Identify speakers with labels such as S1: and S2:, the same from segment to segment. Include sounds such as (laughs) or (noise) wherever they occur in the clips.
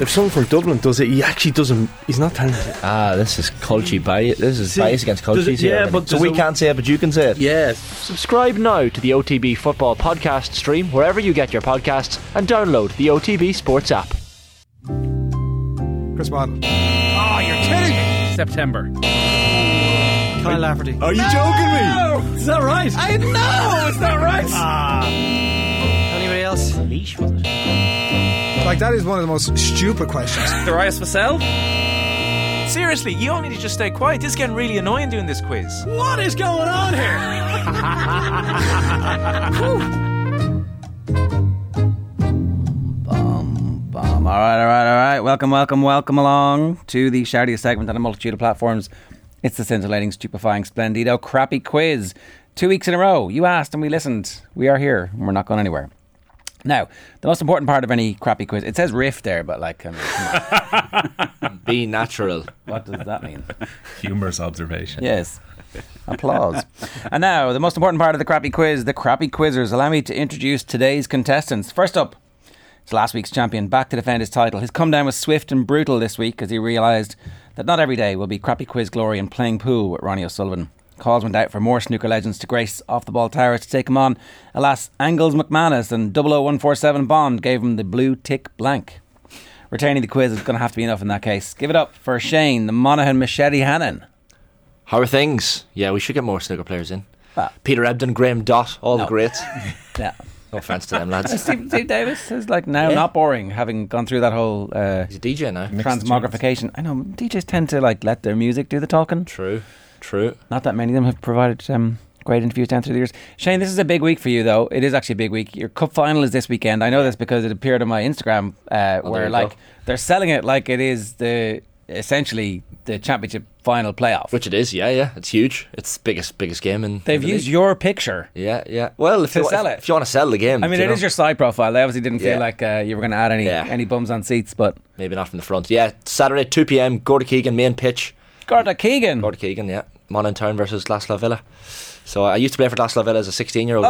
S1: if someone from Dublin does it, he actually doesn't. He's not telling it.
S2: Ah, this is culture bias. This is
S1: See,
S2: bias against
S1: does
S2: culture.
S1: it- yeah, but
S2: so
S1: does
S2: we
S1: it-
S2: can't say it, but you can say it.
S1: Yes.
S3: Subscribe now to the OTB Football Podcast stream wherever you get your podcasts and download the OTB Sports app.
S4: Chris Waddle.
S5: Oh, you're kidding me! September.
S4: Kyle Lafferty.
S1: Are you joking me?
S4: Is that right? Ah.
S5: I know it's not right.
S4: Anybody else?
S5: leash was it?
S4: Like, that is one of the most stupid questions.
S5: Darius Vassell.
S6: Seriously, you all need to just stay quiet. This is getting really annoying doing this quiz.
S5: What is going on here?
S7: Bomb. All right, all right, all right. Welcome, welcome, welcome along to the shoutiest segment on a multitude of platforms. It's the scintillating, stupefying, splendido, crappy quiz. Two weeks in a row. You asked and we listened. We are here and we're not going anywhere. Now, the most important part of any crappy quiz, it says riff there, but like, I mean, come on,
S2: (laughs) Be natural.
S7: what does that mean?
S8: Humorous observation.
S7: Yes. Applause. and now, the most important part of the crappy quiz, the crappy quizzers. Allow me to introduce today's contestants. First up, it's last week's champion back to defend his title. His come down was swift and brutal this week as he realised that not every day will be crappy quiz glory and playing pool with Ronnie O'Sullivan. Calls went out for more snooker legends to grace off the ball tower to take him on. Alas, Angles McManus and 00147 Bond gave him the blue tick blank. Retaining the quiz is going to have to be enough in that case. Give it up for Shane, the Monaghan Machete Hannon.
S2: How are things? Yeah, we should get more snooker players in.
S7: Ah.
S2: Peter Ebden, Graham Dot, all
S7: No.
S2: the greats.
S7: Yeah.
S2: No offense to them lads. He's
S7: (laughs) Steve, Steve Davis is like now not boring, having gone through that whole uh,
S2: a DJ now.
S7: transmogrification. I know DJs tend to like let their music do the talking.
S2: True. True.
S7: Not that many of them have provided um, great interviews down through the years. Shane, this is a big week for you, though. It is actually a big week. Your cup final is this weekend. I know this because it appeared on my Instagram,
S2: Oh, there
S7: uh, where
S2: you
S7: like
S2: go.
S7: they're selling it like it is the essentially the championship final playoff.
S2: Which it is, yeah, yeah. It's huge. It's the biggest biggest game in
S7: They've
S2: in the
S7: used
S2: league.
S7: your picture.
S2: Yeah, yeah. Well if
S7: to
S2: you, wa-
S7: sell
S2: if,
S7: it.
S2: if you want to sell the game.
S7: I mean,
S2: do
S7: it is
S2: you know?
S7: your side profile. They obviously didn't
S2: Yeah.
S7: feel like uh, you were going to add any
S2: Yeah.
S7: any bums on seats, but
S2: maybe not from the front. Yeah, Saturday, two PM, Gorda Keegan, main pitch.
S7: Garda Keegan.
S2: Gorda Keegan, yeah. Monaghan Town versus Glasgow Villa. So I used to play for Glasgow Villa as a sixteen year old.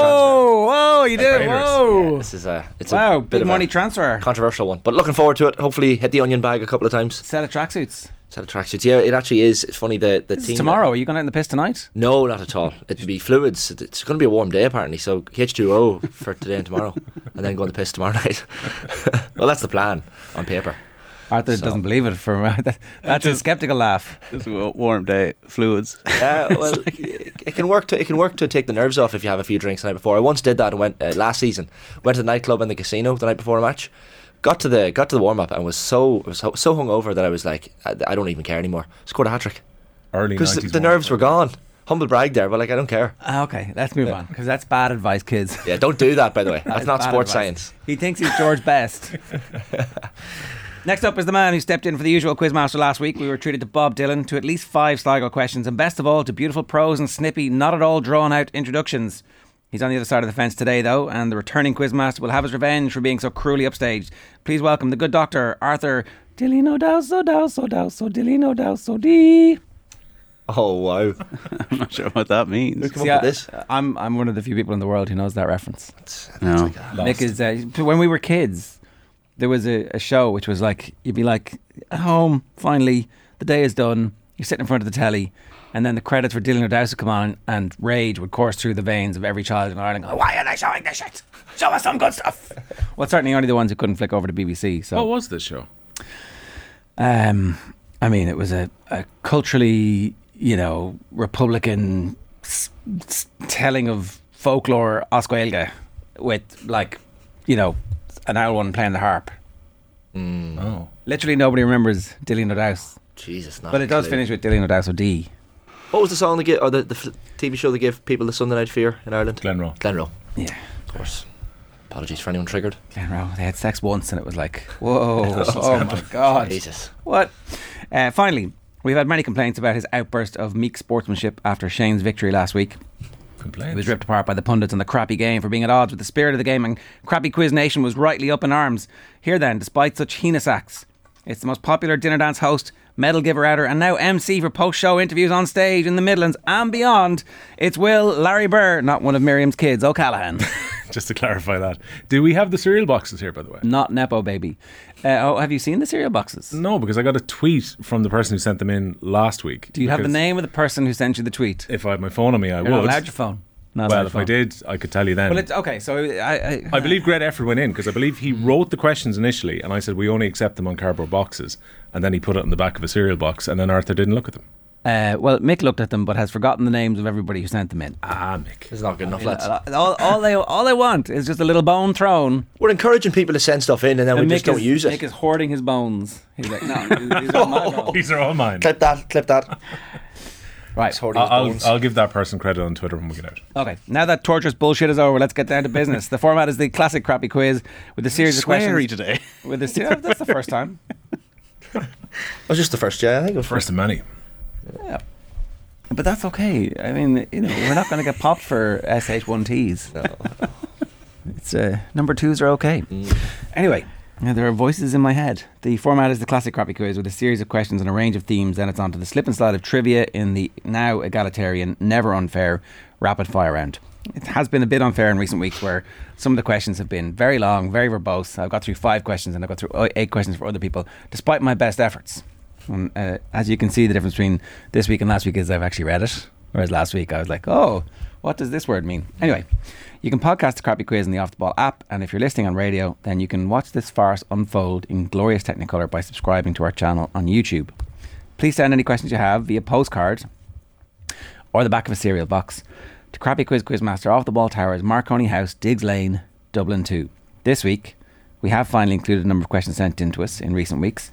S7: Oh, whoa, you did. Whoa.
S2: This is a it's
S7: wow,
S2: a bit
S7: big
S2: of a
S7: money transfer.
S2: controversial one. But looking forward to it. Hopefully hit the onion bag a couple of times.
S7: Set of tracksuits.
S2: Set of tracksuits. Yeah, it actually is. It's funny the the
S7: This
S2: team
S7: is tomorrow. Are you going out in the piss tonight?
S2: No, not at all. It'd be fluids. It- It's going to be a warm day apparently. So H2O for today and tomorrow, and then go on the piss tomorrow (laughs) night. well, that's the plan on paper.
S7: Arthur
S2: So-
S7: doesn't believe it. For that, that's a skeptical laugh.
S9: It's a warm day. Fluids.
S7: (laughs)
S2: Uh, well, it it can work to it can work to take the nerves off if you have a few drinks the night before. I once did that and went uh, last season. Went to the nightclub and the casino the night before a match. Got to the got to the warm up and was so was so, so hungover that I was like, I, I don't even care anymore. Scored a hat trick
S8: Early
S2: because
S8: 90s.
S2: the, the nerves were gone. Humble brag there, but like I don't care.
S7: Ah, Okay, let's move on because that's bad advice, kids.
S2: Yeah, don't do that. By the
S7: (laughs)
S2: way, (laughs) that's
S7: That's
S2: not
S7: bad
S2: sports
S7: advice.
S2: science.
S7: He thinks he's
S2: (laughs)
S7: George Best. Next up is the man who stepped in for the usual quizmaster last week. We were treated to Bob Dylan, to at least five Sligo questions, and best of all, to beautiful prose and snippy, not at all drawn out introductions. He's on the other side of the fence today, though, and the returning quizmaster will have his revenge for being so cruelly upstaged. Please welcome the good doctor, Arthur Dilino Dowso Dowso Dowso Dilino Dowso D.
S2: Oh wow.
S9: I'm not sure what that means.
S2: Come up with this.
S7: I'm, I'm one of the few people in the world who knows that reference.
S9: No.
S7: Nick is uh, when we were kids, there was a, a show which was like you'd be like at home finally the day is done you're sitting in front of the telly and then the credits for Dylan O'Dowd would come on and rage would course through the veins of every child in Ireland going, why are they showing this shit show us some good stuff well certainly only the ones who couldn't flick over to BBC so
S9: What was this show?
S7: um, I mean, it was a, a culturally, you know, Republican s- s- telling of folklore Oscuelga with, like, you know, an owl one playing the harp.
S8: Oh.
S7: Literally nobody remembers Dillian O'Dowse,
S2: Hmm. Jesus, not
S7: but
S2: a
S7: it does
S2: clue.
S7: finish with Dillian O'Dowse or D.
S2: What was the song they gave, or the, the f- TV show they gave people the Sunday Night Fear in Ireland?
S8: Glenroe.
S2: Glenroe,
S7: Yeah.
S2: of course. Apologies for anyone triggered.
S7: Glenroe, they had sex once and it was like, whoa, oh my God.
S2: Jesus.
S7: What? Uh, finally, we've had many complaints about his outburst of meek sportsmanship after Shane's victory last week. He was
S8: Complaints.
S7: ripped apart by the pundits on the crappy game for being at odds with the spirit of the game, and crappy Quiz Nation was rightly up in arms. Here then, despite such heinous acts, it's the most popular dinner dance host, medal giver outer, and now MC for post show interviews on
S8: (laughs)
S7: stage in the Midlands and beyond. It's Will Larry Burr, not one of Miriam's kids, O'Callaghan.
S8: just to clarify that. Do we have the cereal boxes here, by the way?
S7: Not Nepo Baby. Uh, oh, have you seen the cereal boxes?
S8: No, because I got a tweet from the person who sent them in last week.
S7: Do you have the name of the person who sent you the tweet?
S8: If I had my phone on me, I
S7: You're
S8: would.
S7: not allowed your phone. Not allowed
S8: well,
S7: your
S8: if I
S7: phone.
S8: did, I could tell you then.
S7: Well, it's okay. So I, I,
S8: I believe Greg Effort went in because I believe he
S7: Mm.
S8: wrote the questions initially, and I said we only accept them on cardboard boxes, and then he put it in the back of a cereal box, and then Arthur didn't look at them.
S7: Uh, well, Mick looked at them, but has forgotten the names of everybody who sent them in.
S8: Ah, Mick.
S2: It's not good enough, lads.
S7: All, all they, all they want is just a little bone thrown.
S2: We're encouraging people to send stuff in and then we
S7: And
S2: just
S7: Mick
S2: don't
S7: is,
S2: use
S7: Mick
S2: it.
S7: is hoarding his bones. He's like, no,
S2: (laughs)
S7: these are my bones.
S8: These are all mine.
S2: Clip that, clip that.
S7: Right.
S2: It's hoarding his
S8: I'll,
S2: bones.
S8: I'll give that person credit on Twitter when we get out.
S7: Okay, now that torturous bullshit is over, let's get down to business. the format is the classic crappy quiz with a series of
S9: Sweary
S7: questions.
S9: today.
S7: With a se- (laughs) oh, that's the first time.
S2: That was just the first, yeah, I think it was
S8: First of many.
S7: Yeah. But that's okay. I mean, you know, we're not going to get popped for SH1Ts. (laughs) It's uh, number twos are okay. Anyway, now there are voices in my head. The format is the classic crappy quiz with a series of questions and a range of themes. Then it's on to the slip and slide of trivia in the now egalitarian, never unfair rapid fire round. It has been a bit unfair in recent weeks where some of the questions have been very long, very verbose. I've got through five questions and I've got through o- eight questions for other people, despite my best efforts. And, uh, as you can see, the difference between this week and last week is I've actually read it, whereas last week I was like, oh, what does this word mean? Anyway, you can podcast the Crappy Quiz in the Off the Ball app, and if you're listening on radio, then you can watch this farce unfold in glorious Technicolor by subscribing to our channel on YouTube. Please send any questions you have via postcard or the back of a cereal box to Crappy Quiz Quizmaster Off the Ball Towers, Marconi House, Diggs Lane, Dublin 2. This week, we have finally included a number of questions sent in to us in recent weeks.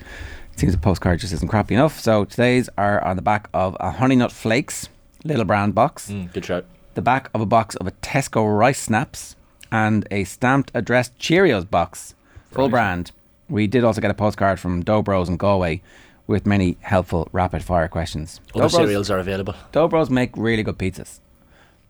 S7: It seems the postcard just isn't crappy enough, so today's are on the back of a Honey Nut Flakes Little Brown box
S2: Mm, Good shout.
S7: the back of a box of a Tesco rice snaps and a stamped addressed Cheerios box, full brand. We did also get a postcard from Dobros in Galway with many helpful rapid fire questions.
S2: Other
S7: Dobros,
S2: cereals are available.
S7: Dobros make really good pizzas.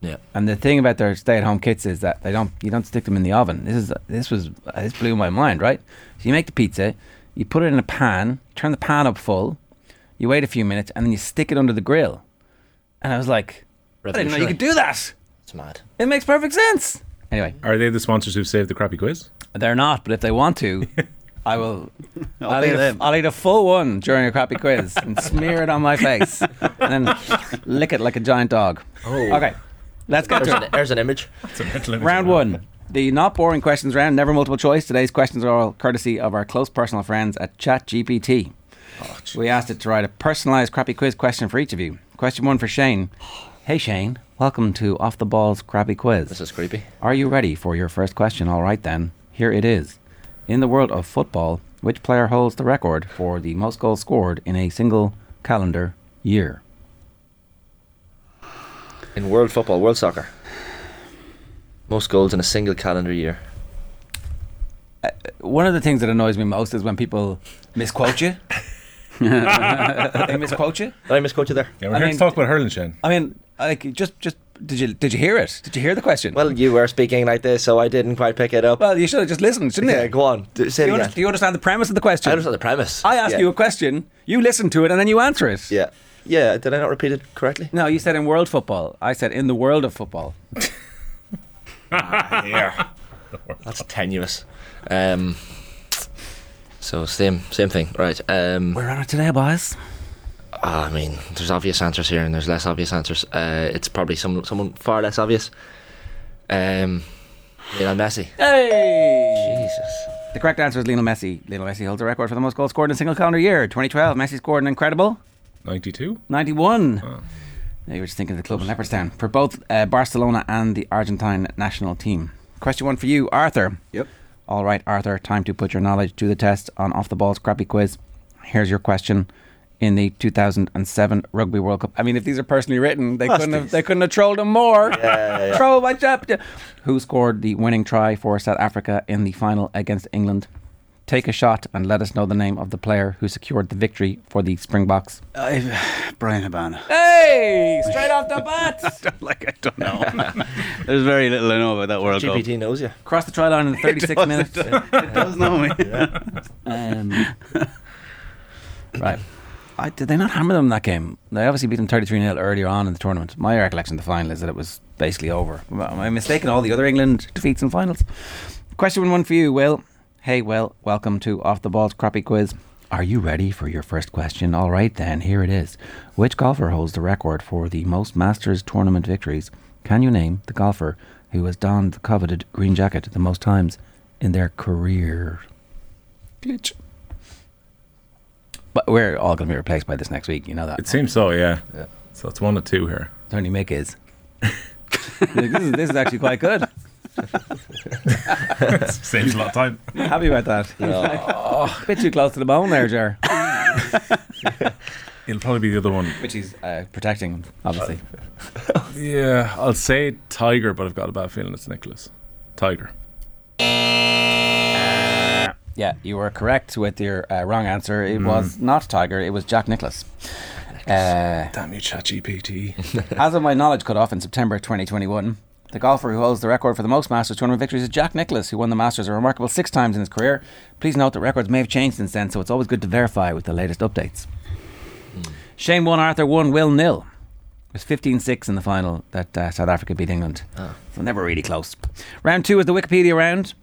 S2: Yeah.
S7: And the thing about their stay-at-home kits is that they don't you don't stick them in the oven. This is this was this blew my mind, right? So you make the pizza, you put it in a pan, turn the pan up full, you wait a few minutes, and then you stick it under the grill. And I was like, I didn't know you
S2: Revolutionary.
S7: could do that.
S2: It's mad.
S7: It makes perfect sense. Anyway,
S8: Are they the sponsors who saved the crappy quiz?
S7: they're not, but if they want to, I will. I'll,
S9: pay
S7: eat a,
S9: them.
S7: I'll eat a full one during a crappy quiz and smear it on my face and then lick it like a giant dog.
S2: Oh.
S7: Okay, let's get
S2: There's
S7: to
S2: an,
S7: it.
S2: there's an image.
S8: (laughs) It's a mental image
S7: Round
S8: of that.
S7: one. The not boring questions round, never multiple choice. Today's questions are all courtesy of our close personal friends at ChatGPT. we asked it to write a personalised crappy quiz question for each of you. Question one for Shane. Hey Shane, welcome to Off the Ball's Crappy Quiz.
S2: This is creepy.
S7: Are you ready for your first question? All right, then. Here it is. In the world of football, which player holds the record for the most goals scored in a single calendar year?
S2: In world football, world soccer. Most goals in a single calendar year.
S7: One of the things that annoys me most is when people misquote
S2: (laughs)
S7: you. they misquote you.
S2: Did I misquote you there?
S8: Yeah, we're
S7: I
S8: here
S7: mean-
S8: to talk about hurling, Shane.
S7: I mean, like just just did you did you hear it? Did you hear the question?
S2: Well, you were speaking like this, so I didn't quite pick it up.
S7: well, you should have just listened, shouldn't
S2: yeah,
S7: you?
S2: go on. Do, say it
S7: Do you,
S2: again.
S7: under- do you understand the premise of the question?
S2: I understand the premise.
S7: I asked
S2: yeah.
S7: you a question, you listen to it, and then you answer it.
S2: Yeah. Yeah, did I not repeat it correctly?
S7: No, you said in world football. I said in the world of football.
S2: That's tenuous. Um, so same same thing, right? Um, ah,
S7: We're on it today, boys.
S2: I mean, there's obvious answers here, and there's less obvious answers. Uh, it's probably some someone far less obvious. Um, Lionel Messi.
S7: Hey!
S2: Jesus.
S7: The correct answer is Lionel Messi. Lionel Messi holds the record for the most goals scored in a single calendar year. 2012, Messi scored an incredible
S8: 92?
S7: 91. Now you were just thinking of the club in Leopardstown for both uh, Barcelona and the Argentine national team. Question one for you, Arthur.
S9: Yep.
S7: All right, Arthur, time to put your knowledge to the test on Off the Ball's crappy quiz. Here's your question. In the 2007 Rugby World Cup, I mean, if these are personally written, they couldn't have they couldn't have trolled them more. (laughs) Troll my chap. Who scored the winning try for South Africa in the final against England? Take a shot and let us know the name of the player who secured the victory for the Springboks.
S9: I, (sighs) Brian Habana.
S7: Hey, straight off (laughs) the bat!
S9: like I (laughs) don't know. (laughs) There's very little I know about that World
S2: GPT knows you.
S7: Cross the try line (laughs) in 36 minutes.
S9: (laughs) Cup. It does know me.
S7: Um, right. I, did they not hammer them that game? They obviously beat them 33 0 earlier on in the tournament. My recollection of the final is that it was basically over. Am I mistaken all the other England defeats and finals? Question one for you, Will. Hey, Will, welcome to Off the Ball's Crappy Quiz. Are you ready for your first question? All right, then, here it is. Which golfer holds the record for the most Masters tournament victories? Can you name the golfer who has donned the coveted green jacket the most times in their career? Glitch. But we're all going to be replaced by this next week. You know that.
S8: It seems so, yeah. So it's one or two here.
S7: Tony Mick is. (laughs) this, is this is actually quite (laughs) good.
S8: (laughs) Saves a lot of time.
S7: Happy about that. (laughs) A bit too close to the bone there, Jar.
S8: (laughs) It'll probably be the other one.
S7: Which he's uh, protecting, obviously.
S8: Yeah, I'll say Tiger, but I've got a bad feeling it's Nicholas. Tiger.
S7: Yeah, you were correct with your uh, wrong answer. It was not Tiger, it was Jack Nicholas. Uh,
S8: Damn you, ChatGPT.
S7: (laughs) As of my knowledge cut off in September 2021, the golfer who holds the record for the most Masters tournament victories is Jack Nicklaus, who won the Masters a remarkable six times in his career. Please note that records may have changed since then, so it's always good to verify with the latest updates. Shane won, Arthur won, Will nil. It was 15 6 in the final that uh, South Africa beat England. So never really close. Round two is the Wikipedia round.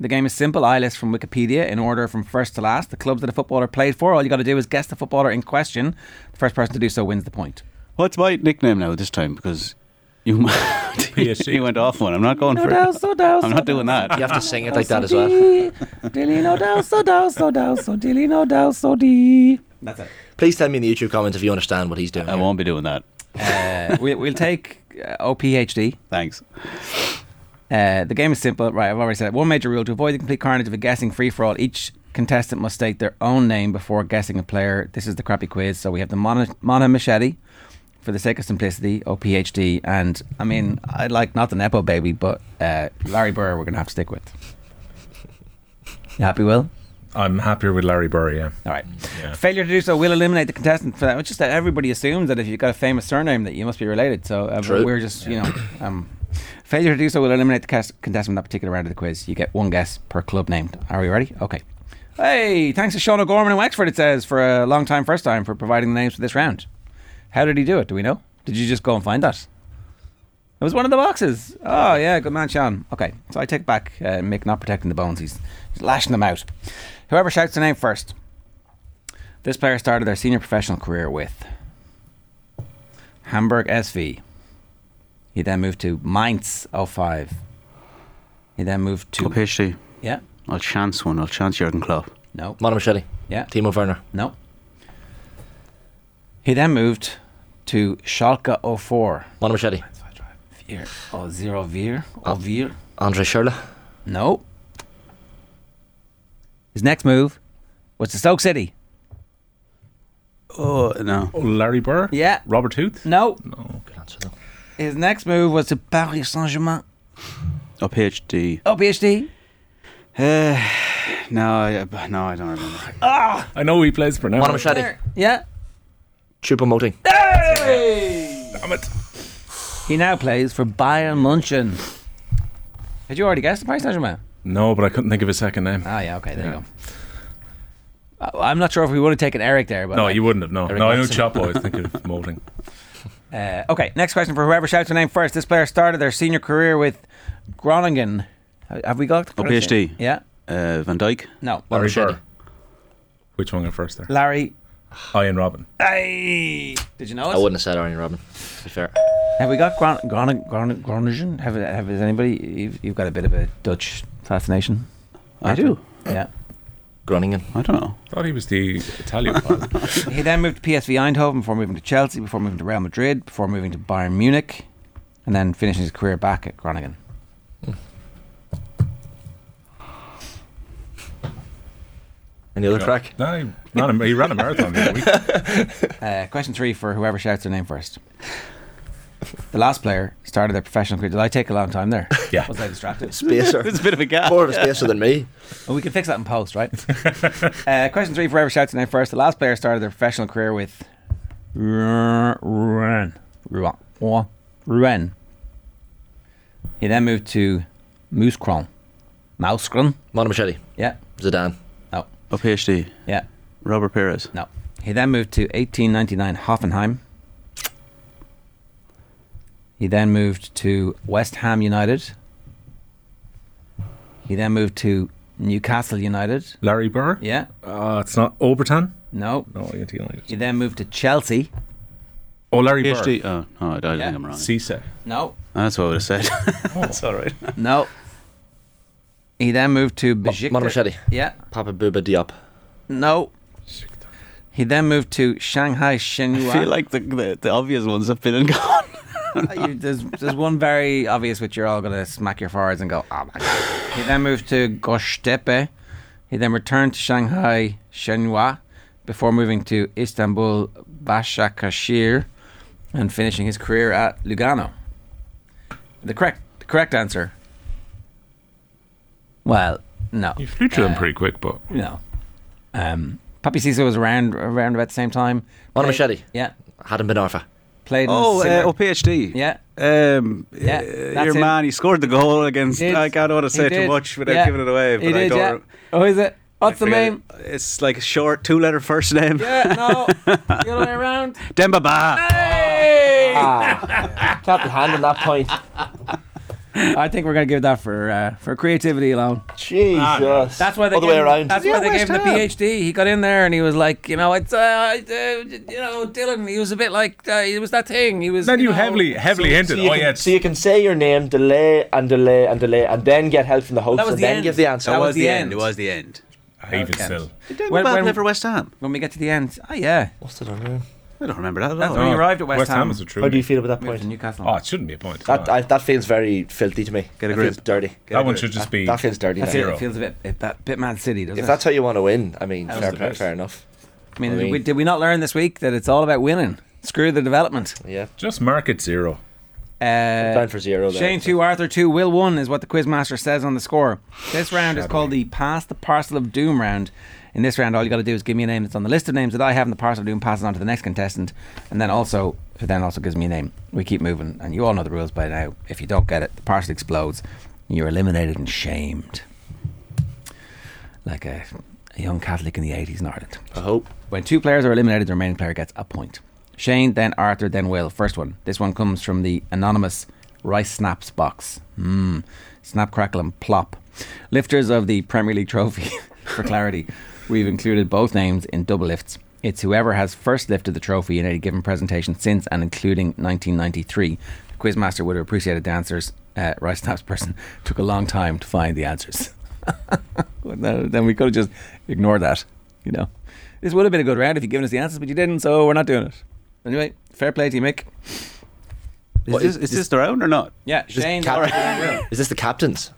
S7: The game is simple. I list from Wikipedia in order from first to last the clubs that a footballer played for. All you got to do is guess the footballer in question. The first person to do so wins the point.
S9: What's my nickname now this time? Because you, (laughs)
S8: PSG.
S9: you went off one. I'm not going for
S7: Odell,
S9: it.
S7: so Odell, so
S9: I'm not doing that.
S2: You have to sing it like that as
S7: so
S2: well.
S7: dee. Dilly no doubt, so doubt, so doubt, so dilly no doubt, so dee. That's it.
S2: Please tell me in the YouTube comments if you understand what he's doing.
S9: I
S2: here.
S9: won't be doing that.
S7: Uh, we, we'll take uh, OPHD.
S9: Thanks.
S7: Uh, the game is simple. Right, I've already said it. One major rule to avoid the complete carnage of a guessing free for all, each contestant must state their own name before guessing a player. This is the crappy quiz. So we have the mono, mono machete for the sake of simplicity, OPHD. And I mean, I like not the Nepo baby, but uh, Larry Burr we're going to have to stick with. You happy, Will?
S8: I'm happier with Larry Burr, yeah.
S7: All right.
S8: Yeah.
S7: Failure to do so will eliminate the contestant for that. It's just that everybody assumes that if you've got a famous surname that you must be related. So uh,
S2: True.
S7: we're just, you know, um, failure to do so will eliminate the cas- contestant in that particular round of the quiz. You get one guess per club named. Are we ready? Okay. Hey, thanks to Sean O'Gorman in Wexford, it says, for a long time first time for providing the names for this round. How did he do it? Do we know? Did you just go and find that? It was one of the boxes. Oh yeah, good man, Sean. Okay, so I take back uh, Mick not protecting the bones. He's lashing them out. Whoever shouts the name first. This player started their senior professional career with Hamburg SV. He then moved to Mainz 05. He then moved to
S9: OPHD.
S7: yeah,
S9: I'll chance one. I'll chance Jurgen Klopp.
S7: no,
S2: Mono Machete.
S7: yeah,
S2: Timo Werner.
S7: no. He then moved to Schalke 04.
S2: Mono Machete.
S7: Vier. Oh, zero Vier. Oh, Vier.
S2: Andre Schurrle.
S7: No. His next move was to Stoke City.
S9: Oh no.
S8: Oh, Larry Burr?
S7: Yeah.
S8: Robert Huth?
S7: No.
S2: Good answer though.
S7: His next move was to Paris Saint Germain.
S9: OPHD.
S7: Oh, PhD.
S9: Uh, no, I, no, I don't remember.
S8: I know who he plays for now.
S2: Mono Machete.
S7: Yeah.
S2: Chupa Moting.
S8: Damn it.
S7: He now plays for Bayern Munchen. Had you already guessed Paris Saint Germain?
S8: No, but I couldn't think of his second name.
S7: Ah, yeah. Okay, there you go. Uh, I'm not sure if we would have taken Eric there, but
S8: No,
S7: like-
S8: you wouldn't have. No,
S2: Eric
S8: no, I know
S2: Watson.
S8: Chapo. I was thinking
S7: (laughs)
S8: of molding.
S7: Uh, okay, next question for whoever shouts the name first. This player started their senior career with Groningen. Have have we got the
S9: Oh, PhD.
S7: Yeah.
S9: Uh, Van Dyke.
S7: No.
S2: Mono
S8: Larry
S2: Machete.
S8: Burr. Which one got first there?
S7: Larry.
S8: Ian Robin.
S7: Hey. Did you know it?
S2: I wouldn't have said Arjen Robin. To be fair.
S7: Have we got Gron- Gron- Gron- Groningen? Have, have is anybody? You've, you've got a bit of a Dutch fascination.
S9: I do.
S7: Yeah.
S2: Groningen.
S9: I don't know.
S8: Thought he was the
S7: (laughs)
S8: Italian pal.
S7: he then moved to PSV Eindhoven before moving to Chelsea, before moving to Real Madrid, before moving to Bayern Munich, and then finishing his career back at Groningen.
S2: Any other crack?
S8: no, he ran, a, he ran a marathon. the other week.
S7: Uh, question three for whoever shouts their name first. The last player started their professional career. Did I take a long time there?
S8: Yeah.
S7: Was I distracted?
S9: (laughs)
S2: Spacer.
S9: It's a bit of a gap.
S2: More of a spacer than me.
S7: Well, we can fix that in post, right? uh, question three for whoever shouts their name first. The last player started their professional career with Rouen. Rouen. Rouen. Rouen. He then moved to Mouscron. Mouscron?
S2: Mono Machete.
S7: Yeah.
S2: Zidane.
S7: No.
S9: OPHD.
S7: Yeah.
S9: Robert Perez.
S7: No. He then moved to 1899 Hoffenheim. He then moved to West Ham United. He then moved to Newcastle United.
S8: Larry Burr?
S7: Yeah,
S8: Uh, it's not Oh, Obertan?
S7: no.
S8: No, United. United.
S7: He then moved to Chelsea.
S8: Oh, Larry Burr.
S9: PhD. Oh, no, I don't
S7: Yeah.
S9: think I'm wrong.
S8: Cisse.
S7: No,
S9: That's what I would have said. (laughs) That's all right.
S7: no. He then moved
S9: Oh,
S7: to Besiktas.
S2: Mono Machete.
S7: Yeah,
S2: Papa Booba Diop.
S7: no. He then moved to Shanghai Shenhua.
S9: I feel like the, the, the obvious ones have been and gone.
S7: Uh, you, there's, there's one very obvious which you're all going to smack your foreheads and go, oh my God. He then moved to Gostepe. He then returned to Shanghai Shenhua before moving to Istanbul Başakşehir and finishing his career at Lugano. The correct the correct answer. Well, no.
S8: You flew through them pretty quick, but
S7: No. Um, Papi Sisse was around around about the same time.
S2: Mono
S7: Played-
S2: Machete.
S7: Yeah.
S2: Hadn't been Arfa.
S7: Played in
S9: Oh,
S7: Zimmer.
S9: uh, oh, PhD.
S7: Yeah.
S9: (laughs) Um,
S7: Yeah,
S9: uh,
S7: that's
S9: your
S7: him.
S9: man, he scored the goal against.
S7: He did.
S9: Like, I don't want to
S7: He
S9: say too
S7: did.
S9: much without
S7: Yeah.
S9: giving it away, but
S7: He
S9: I
S7: did,
S9: don't.
S7: yeah. Oh, is it? What's the
S9: forget-
S7: name?
S9: It's like a short two letter first name.
S7: Yeah,
S9: (laughs)
S7: Ah, no. The other way around.
S9: Demba Ba.
S7: Ah,
S2: Clap your hand on that point.
S7: I think we're going to give that for uh, for creativity alone.
S2: Jesus.
S7: That's why they
S2: All the
S7: gave
S2: way
S7: him-
S2: around.
S7: That's why they gave him the PhD. He got in there and he was like, you know, it's uh, it's, uh you know, Dylan. He was a bit like uh, he was that thing. He was.
S8: then you
S7: know-
S8: heavily, heavily hinted.
S2: So you,
S8: oh
S2: can,
S8: yeah,
S2: so you can say your name, delay and delay and delay, and then get help from the host,
S7: That was
S2: and
S7: the
S2: then
S7: end.
S2: give the answer.
S7: That was the end.
S9: It was the end.
S8: I even still.
S9: Did Demba
S7: When-
S9: Ba
S7: when-
S9: play for West Ham?
S7: When we get to the end, oh yeah,
S2: What's the name?
S9: I don't remember that at
S7: That's
S9: all.
S7: when he arrived at West, Ham.
S8: is a true.
S2: How do you feel about that
S7: Moved to
S2: point?
S7: Newcastle.
S8: Oh, it shouldn't be a point.
S2: That
S8: No.
S2: I, that feels very filthy to me.
S9: Get a
S2: That
S9: grip.
S2: feels dirty.
S8: that one should just be.
S2: That feels dirty.
S7: That's
S2: man.
S7: it.
S8: Zero.
S7: It feels a bit it, that bit Mad City, doesn't
S2: If
S7: it?
S2: that's how you want to win, I mean, fair,
S8: the
S2: fair,
S8: best.
S2: fair enough.
S7: I mean,
S2: I mean-
S7: we, did we not learn this week that it's all about winning? Screw the development.
S2: Yeah,
S8: just mark it zero.
S7: Uh,
S2: down for zero. There.
S7: Shane 2, Arthur 2, Will 1 is what the quizmaster says on the score. This round is called the Pass the Parcel of Doom round. In this round, all you got to do is give me a name that's on the list of names that I have, and the Parcel of Doom passes on to the next contestant, and then also who then also gives me a name. We keep moving, and you all know the rules by now. If you don't get it, the parcel explodes. You're eliminated and shamed. Like a, a young Catholic in the 80s in Ireland.
S2: I hope.
S7: When two players are eliminated, the remaining player gets a point. Shane, then Arthur, then Will. First one. This one comes from the anonymous Rice Snaps box. Mmm. Snap, crackle, and plop. Lifters of the Premier League trophy. (laughs) For clarity, we've included both names in double lifts. It's whoever has first lifted the trophy in any given presentation since and including 1993. The quizmaster would have appreciated the answers. Uh, Rice Snaps person (laughs) took a long time to find the answers. Well, no, then we could have just ignored that, you know. This would have been a good round if you'd given us the answers, but you didn't, so we're not doing it. Anyway, fair play to you, Mick.
S9: Is, this, is this the round or not?
S7: Yeah, Shane.
S2: cap-
S7: all right.
S2: Is this the captain's?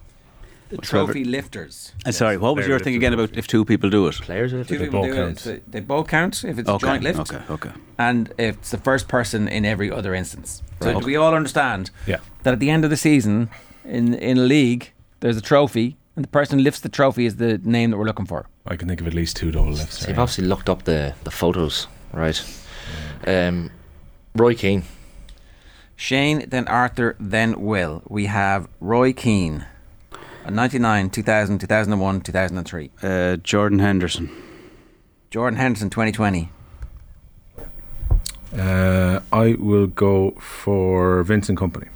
S7: the trophy lifters.
S9: I'm sorry, what was
S8: Player
S9: your
S8: lift
S9: thing
S8: is
S9: again about if two people do it?
S2: Players or
S7: Two
S2: the
S7: people
S8: both
S7: do
S8: count.
S7: it. It's a- They both count if it's
S9: Okay,
S7: a joint lift,
S9: okay, okay.
S7: and if it's the first person in every other instance. So do we all understand
S8: Yeah.
S7: that at the end of the season in in a league, there's a trophy, and the person who lifts the trophy is the name that we're looking for.
S8: I can think of at least two double lifts.
S2: So you've
S8: right?
S2: obviously looked up the the photos, right? Um, Roy Keane.
S7: Shane, then Arthur, then Will. We have Roy Keane. A 99, 2000, 2001, 2003.
S9: Uh, Jordan Henderson.
S7: Jordan Henderson, 2020.
S8: Uh, I will go for Vincent Company.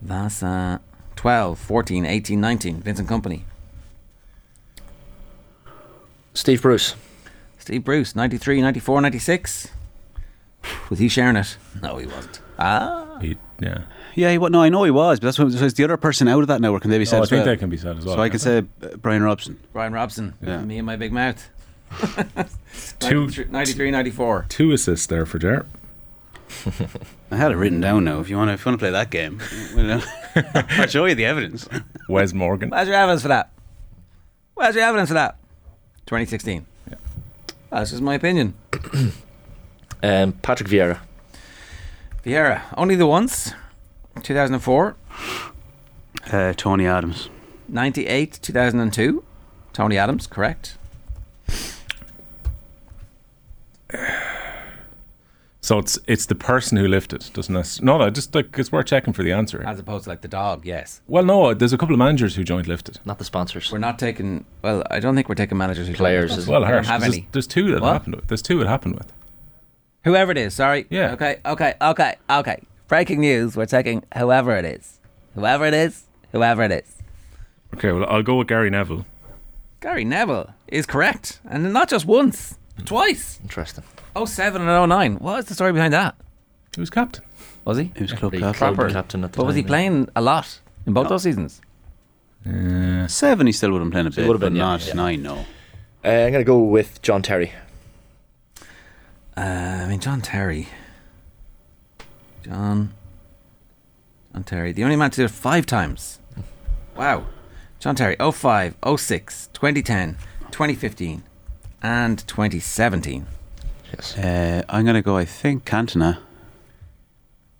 S7: Vincent, 12, 14, 18, 19. Vincent Company.
S2: Steve Bruce.
S7: Steve Bruce, 93, 94, 96. Was he sharing it? No, he wasn't. Ah.
S8: He- yeah.
S9: Yeah, he, wa- no, I know he was, but that's what, so it's the other person out of that network, and they be
S8: Oh,
S9: said
S8: I
S9: as
S8: think
S9: well.
S8: that can be said as well.
S9: So I can say uh, Brian Robson.
S7: Brian Robson.
S9: Yeah.
S7: Me and my big mouth.
S8: two
S7: 93, 93, 94.
S8: two assists there for Jer.
S9: I had it written down now. If you want to, if you want to play that game, you know, (laughs) I'll show you the evidence.
S8: Wes Morgan.
S7: Where's your evidence for that? Where's your evidence for that? 2016. That's just my opinion.
S2: Um, Patrick Vieira.
S7: Vieira, only the once. 2004,
S9: Uh, Tony Adams.
S7: 98, 2002. Tony Adams, correct.
S8: So it's it's the person who lifted, doesn't it? No, no, just like it's worth checking for the answer. here.
S7: As opposed to like the dog, yes.
S8: Well, no, there's a couple of managers who joint lifted.
S2: Not the sponsors.
S7: We're not taking. Well, I don't think we're taking managers who
S2: Players
S7: Don't
S2: is-
S8: Well, harsh.
S7: don't have
S8: there's,
S7: any.
S8: there's two that
S7: What?
S8: happened. With. There's two it happened with.
S7: Whoever it is, sorry.
S8: Yeah.
S7: Okay. Okay. Okay. Okay. Breaking news. We're taking whoever it is. Whoever it is. Whoever it is.
S8: Okay, well, I'll go with Gary Neville.
S7: Gary Neville is correct, and not just once, twice.
S2: Interesting.
S7: 07 and 09. What is the story behind that?
S8: He was captain.
S7: Was he?
S9: It was club
S2: Big
S9: captain.
S2: club
S7: Proper.
S2: captain at the
S7: But was he
S2: time, yeah.
S7: playing a lot in both those seasons?
S9: Seven, he still would have been playing a bit,
S2: would've
S9: but
S2: been, yeah,
S9: not
S2: yeah.
S9: nine. No,
S2: Uh, I'm going to go with John Terry.
S7: Uh, I mean, John Terry. John. John Terry. The only man to do it five times. Wow. John Terry, 05, 06, 2010, 2015, and 2017.
S2: Yes.
S9: uh, I'm going to go. I think Cantona.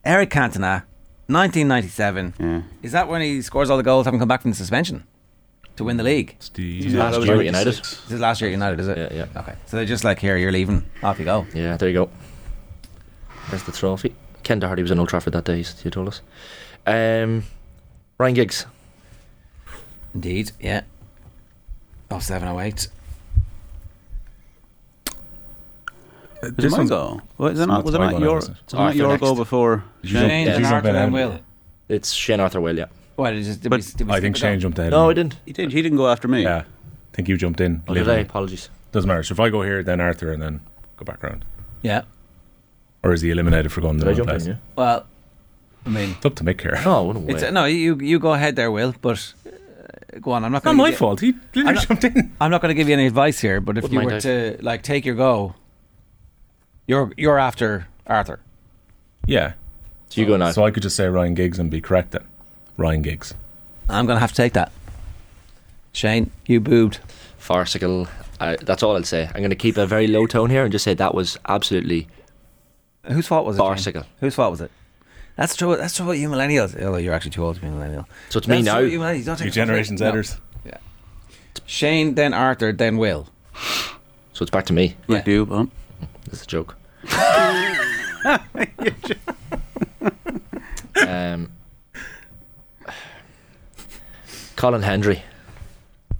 S7: Eric Cantona, 1997.
S9: Yeah.
S7: Is that when he scores all the goals having come back from the suspension to win the league?
S8: It's the-
S2: Last year at United.
S7: This is last year at United, is it?
S2: Yeah, yeah.
S7: Okay. So they're just like, here, you're leaving. Off you go.
S2: Yeah, there you go. There's the trophy. Ken Doherty was in Old Trafford that day, he's- he told us. Um, Ryan Giggs.
S7: Indeed, yeah. Oh seven, oh eight.
S9: Was
S8: This
S9: it my
S8: one's-
S9: goal? Was it
S8: It's
S9: not? Was it
S8: my
S9: not
S8: goal now,
S9: your? Was
S8: is it?
S9: it not
S2: Arthur
S9: your
S2: next.
S9: goal before?
S8: Shane.
S9: Shane?
S7: Shane and
S8: Zidane
S7: Arthur
S8: Ben
S7: and
S8: Will.
S7: Will.
S2: It's Shane Arthur Will, yeah.
S7: What, did, did,
S9: But
S7: we, did we
S8: I
S7: skip
S8: think
S7: it
S8: Shane
S7: though?
S8: jumped ahead.
S2: No, I didn't.
S9: He did. He didn't go after me.
S8: Yeah, I think you jumped in.
S2: Oh, did
S8: Liam.
S2: I? Apologies.
S8: Doesn't matter. So if I go here, then Arthur, and then go back round,
S7: Yeah.
S8: or is he eliminated for going to
S2: Did I
S8: the
S2: jump
S8: place?
S2: in, yeah?
S7: Well, I mean,
S8: It's up to Mick here.
S2: No, no way.
S7: it's, no, you you go ahead there, Will. But uh, go on. I'm not.
S8: Not
S7: Gonna
S8: my
S7: give
S8: fault. He
S7: I'm
S8: literally
S7: not-
S8: jumped in.
S7: (laughs) You, I'm not going to give you any advice here. But if
S2: Wouldn't
S7: you
S2: mind
S7: were
S2: Dave.
S7: to like take your go, you're you're after Arthur.
S8: Yeah.
S2: so you go now.
S8: So I could just say Ryan Giggs and be correct then. Ryan Giggs.
S7: I'm going to have to take that. Shane, you boobed.
S2: Farcical. I, that's all I'll say. I'm going to keep a very low tone here and just say that was absolutely.
S7: Whose fault was it? Shane?
S2: Farcical.
S7: Whose fault was it? That's true. That's true. About you millennials. Although you're actually too old to be a millennial.
S2: So it's me
S7: That's
S2: now.
S7: true, you millennials. Don't take
S8: Two
S7: responsibility.
S8: generations
S7: No.
S8: elders.
S7: Shane, then Arthur, then Will.
S2: So it's back to me.
S9: Like
S7: Yeah.
S9: you, Bob.
S2: That's a (laughs) joke. um, Colin Hendry.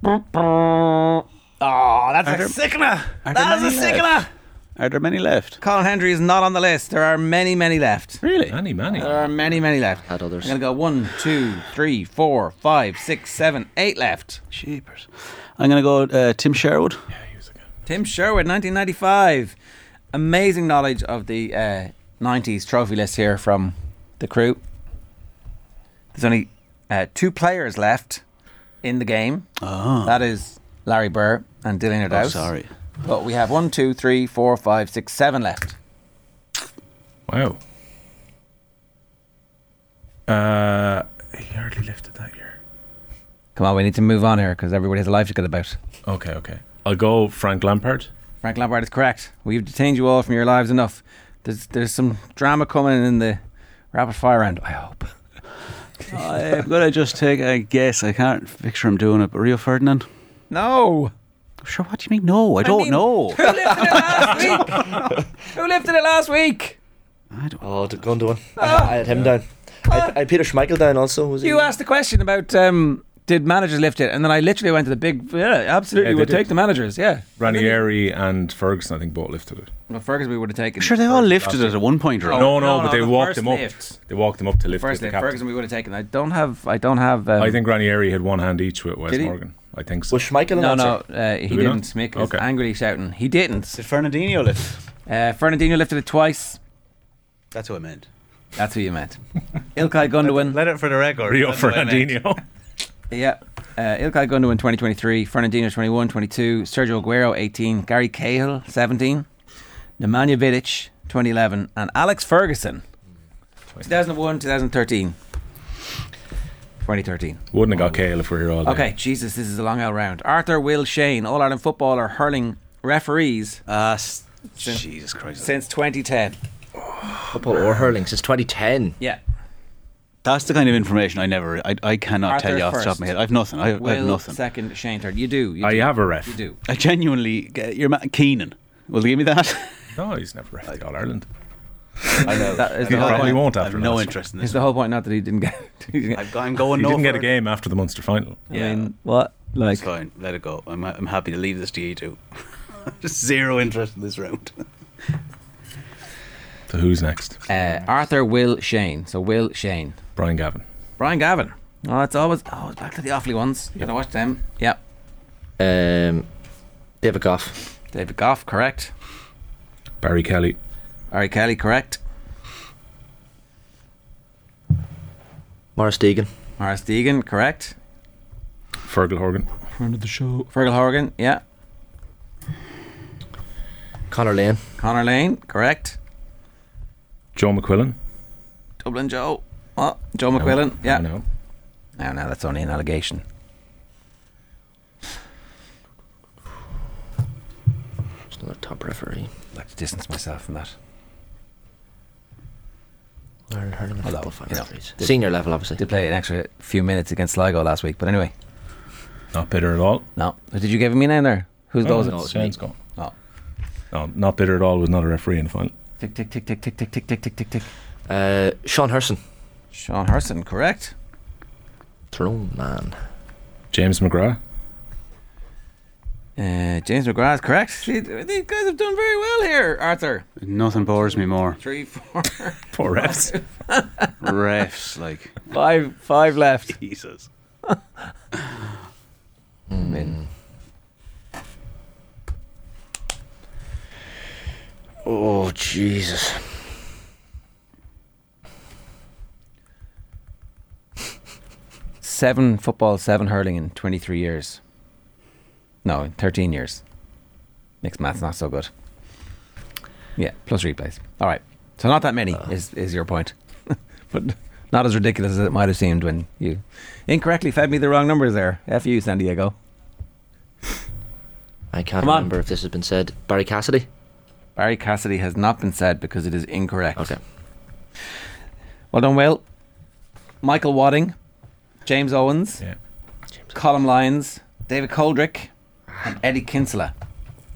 S7: Oh, that's a sickener. That
S9: there
S7: is a
S9: many
S7: sickener.
S9: Are there many left?
S7: Colin Hendry is not on the list. There are many, many left.
S9: Really?
S8: Manny, Manny.
S7: There are many, many left.
S2: Had others.
S7: I'm gonna go one, two, three, four, five, six, seven, eight left.
S9: Jeepers. I'm going to go. Uh, Tim Sherwood.
S7: Tim Sherwood, 1995. Amazing knowledge of the uh, 90s trophy list here from the crew. There's only uh, two players left in the game.
S9: Oh.
S7: That is Larry Burr and Dylan O'Dowd.
S9: Oh, sorry.
S7: But we have one, two, three, four, five, six, seven left.
S8: Wow. Uh, he hardly lifted that year.
S7: Come on, we need to move on here because everybody has a life to get about.
S8: Okay, okay. I'll go Frank Lampard.
S7: Frank Lampard is correct. We've detained you all from your lives enough. There's there's some drama coming in the rapid fire round. I hope.
S9: Uh, I'm going to just take a guess. I can't picture him doing it. But Rio Ferdinand.
S7: No.
S9: Sure. What do you mean? No, I, don't
S7: mean-
S9: know.
S7: Who lifted it last (laughs) week? Who lifted it last week?
S9: I don't.
S2: Oh, the Gundogan. (laughs) I, I had him down. I, I had Peter Schmeichel down also. Was
S7: You
S2: he?
S7: asked the question about um, did managers lift it, and then I literally went to the big. Yeah, absolutely,
S8: Yeah, they
S7: would take
S8: did.
S7: the managers. Yeah,
S8: Ranieri and Ferguson, I think, both lifted it.
S7: well, Ferguson we would have taken.
S9: Sure, they all lifted it at one point or
S7: no,
S8: no, no, but
S7: no,
S8: they
S7: the
S8: walked
S7: first
S8: him up.
S7: lift.
S8: They walked him up to lift with
S7: Firstly,
S8: the captain.
S7: Ferguson we would have taken. I don't have. I don't have. Um,
S8: I think Ranieri had one hand each with Wes
S7: Did he?
S8: Morgan. I think so.
S2: Was Schmeichel an
S7: No,
S2: answer?
S7: no, uh, he
S8: we not?
S7: didn't. Mick is
S8: Okay.
S7: angrily shouting. He didn't.
S9: Did Fernandinho lift?
S7: Uh, Fernandinho lifted it twice.
S9: That's what I meant.
S7: That's who you meant. (laughs) Ilkay Gundogan.
S9: Let it for the
S8: (laughs)
S9: record.
S8: Rio
S9: That's what I meant.
S8: Fernandinho.
S7: yeah. Uh, Ilkay Gundogan, 2023. Fernandinho, 21, 22. Sergio Aguero, 18. Gary Cahill, 17. Nemanja Vidic, 2011. And Alex Ferguson, 2001, 2013. 2013.
S8: Wouldn't have got Kale if we were here all day.
S7: Okay, Jesus, this is a long out round. Arthur, Will, Shane, All Ireland footballer, hurling referees
S9: Ah, s- Jesus Christ.
S7: Uh, since 2010.
S2: Football or hurling since 2010.
S7: Yeah.
S9: That's the kind of information I never. I, I cannot
S7: Arthur
S9: tell you off the top of my head. I've nothing. I, I have
S7: Will,
S9: nothing.
S7: second, Shane, third. You do. You
S8: I
S7: do,
S8: have a ref.
S7: You do.
S9: I genuinely. Get, you're ma- Keenan. Will you give me that?
S8: No, he's never ref the All Ireland.
S9: (laughs) I know.
S7: That is
S8: He
S7: the whole
S8: probably
S7: point.
S8: won't
S9: I
S8: after
S9: have
S8: that.
S9: no interest in
S7: Is
S9: this.
S7: the whole point not that he didn't get? (laughs) he didn't get-
S9: I've got, I'm going
S8: He
S9: no
S8: didn't get a
S9: further.
S8: game after the Munster final.
S9: Yeah.
S7: I mean, what? Like,
S9: It's fine. Let it go. I'm, I'm happy to leave this to you two. (laughs) Just zero interest in this round.
S8: So who's next?
S7: uh, Arthur Will Shane. So Will Shane.
S8: Brian Gavin.
S7: Brian Gavin. Oh, it's always oh, it's back to the awfully ones. You gotta watch them. Yep.
S2: Um, David Goff.
S7: David Goff, correct.
S8: Barry Kelly.
S7: Ari Kelly, correct.
S2: Morris Deegan.
S7: Morris Deegan, correct.
S8: Fergal Horgan.
S7: Friend of the show. Fergal Horgan, yeah.
S2: Connor Lane.
S7: Connor Lane, correct.
S8: Joe McQuillan.
S7: Dublin Joe. What? Joe McQuillan, yeah.
S8: I know.
S7: No, no, that's only an allegation.
S2: Just another top referee.
S7: I'd like to distance myself from that.
S2: Ireland heard of
S7: Although,
S2: football
S7: you know,
S2: referees. Senior level, obviously.
S7: Did play an extra few minutes against Sligo last week, but anyway,
S8: Not bitter at all. Oh,
S7: no. Did you give me a name there? Who's those?
S8: no, Shane's gone.
S7: Oh.
S8: No, not bitter at all was not a referee in the final.
S7: Tick, tick, tick, tick, tick, tick, tick, tick, tick, tick, tick.
S2: Uh, Sean Herson.
S7: Sean Herson, correct.
S2: Throne man.
S8: James McGrath.
S7: Uh, James McGrath, correct. See, These guys have done very well here, Arthur.
S9: (laughs) Nothing bores me more.
S7: Three, four, (laughs)
S8: Poor refs.
S9: Refs, like
S7: five, five left.
S9: Jesus.
S7: In.
S2: Oh, Jesus.
S7: Seven football, seven hurling in 23 years. No, in 13 years. Next math's not so good. Yeah, plus replays. All right. So not that many is, is your point. (laughs) but not as ridiculous as it might have seemed when you incorrectly fed me the wrong numbers there. F you, San Diego.
S2: I can't
S7: Come on.
S2: remember if this has been said. Barry Cassidy.
S7: Barry Cassidy has not been said because it is incorrect.
S2: Okay.
S7: Well done, Will. Michael Wadding, James Owens,
S8: (laughs) yeah.
S7: Colin Lyons, David Coldrick, and Eddie Kinsella.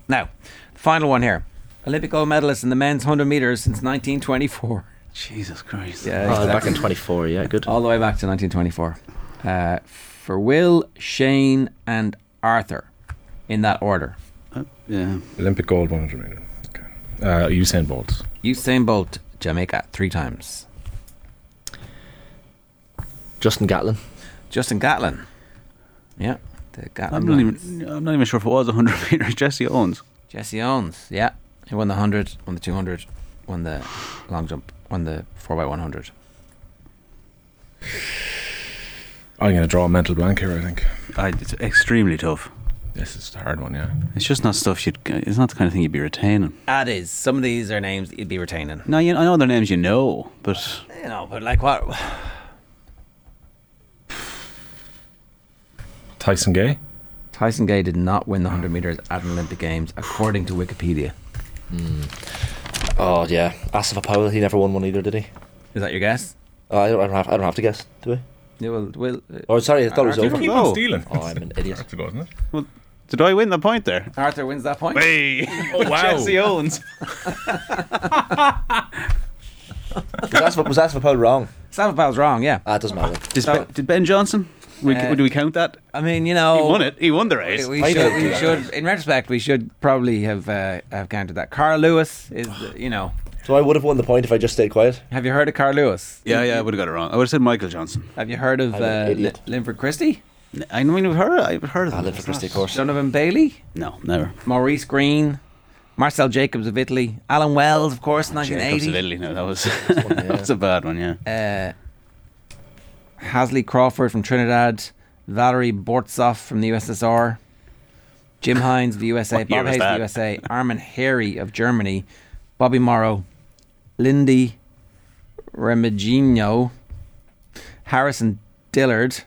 S7: Now, the final one here. Olympic gold medalist in the men's 100 metres since 1924.
S9: Jesus Christ.
S7: Yeah,
S2: Oh,
S7: exactly.
S2: back in 24. Yeah, good.
S7: All the way back to 1924. Uh, for Will, Shane, and Arthur, in that order.
S9: Uh, yeah.
S8: Olympic gold 100 meter. Okay. Uh, Usain Bolt.
S7: Usain Bolt, Jamaica, three times.
S2: Justin Gatlin.
S7: Justin Gatlin. Yeah, the Gatlin.
S9: I'm not
S7: man.
S9: even. I'm not even sure if it was (laughs) 100 meters. Jesse Owens.
S7: Jesse Owens, yeah. He won the 100, won the 200, won the long jump, won the 4x100.
S8: I'm going to draw a mental blank here, I think.
S9: I, it's extremely tough.
S8: This is a hard one, yeah.
S9: It's just not stuff you'd. It's not the kind of thing you'd be retaining.
S7: That is, some of these are names that you'd be retaining.
S9: No, you, I know their names. You know, but
S7: You know, but like what?
S8: Tyson Gay.
S7: Tyson Gay did not win the 100 metres at an Olympic Games, according to Wikipedia.
S2: Oh, yeah. Asif Powell. He never won one either, did he?
S7: Is that your guess?
S2: Oh, I, don't, I, don't have, I don't have to guess, do I?
S7: Yeah, well, Will, uh,
S2: Oh, sorry. I thought it was
S7: Arthur,
S2: over.
S8: Keep on
S9: No.
S8: stealing.
S2: (laughs) Oh, I'm an idiot.
S8: (laughs) That's a go, isn't it?
S9: did I win the point there?
S7: Arthur wins that point.
S9: Hey,
S8: wow.
S9: Jesse Owens.
S2: (laughs) Was Asif, was Asif Powell wrong?
S7: Sam Powell's wrong, yeah.
S2: Ah, it doesn't matter.
S9: Is Ben- did Ben Johnson? We,
S7: Uh,
S9: do we count that?
S7: I mean, you know.
S9: He won it. He won the race.
S7: We
S2: I
S7: should,
S2: don't do
S7: we
S2: that.
S7: should, in retrospect, we should probably have uh, have counted that. Carl Lewis is, you know,
S2: So I would have won the point if I just stayed quiet.
S7: have you heard of Carl Lewis?
S9: yeah, yeah, I would have got it wrong. I would have said Michael Johnson.
S7: Have you heard of
S2: I'm an
S7: uh, Li-
S2: idiot.
S7: Linford Christie?
S9: I mean, I've heard. I've heard of.
S2: I
S9: them.
S2: live for
S9: It's
S2: Christie, of
S9: not-
S2: course.
S7: Donovan Bailey,
S9: No, never.
S7: Maurice Green, Marcel Jacobs of Italy, Alan Wells, of course,
S9: Jacobs of
S7: 1980.
S9: Italy. No, that was (laughs) that was a bad one. Yeah.
S7: Uh, Hasley Crawford from Trinidad, Valerie Bortzoff from the USSR, Jim Hines of the USA,
S9: What year
S7: Bob
S9: was
S7: Hayes of
S9: that?
S7: the USA, Armin Harry of Germany, Bobby Morrow, Lindy Remigino, Harrison Dillard,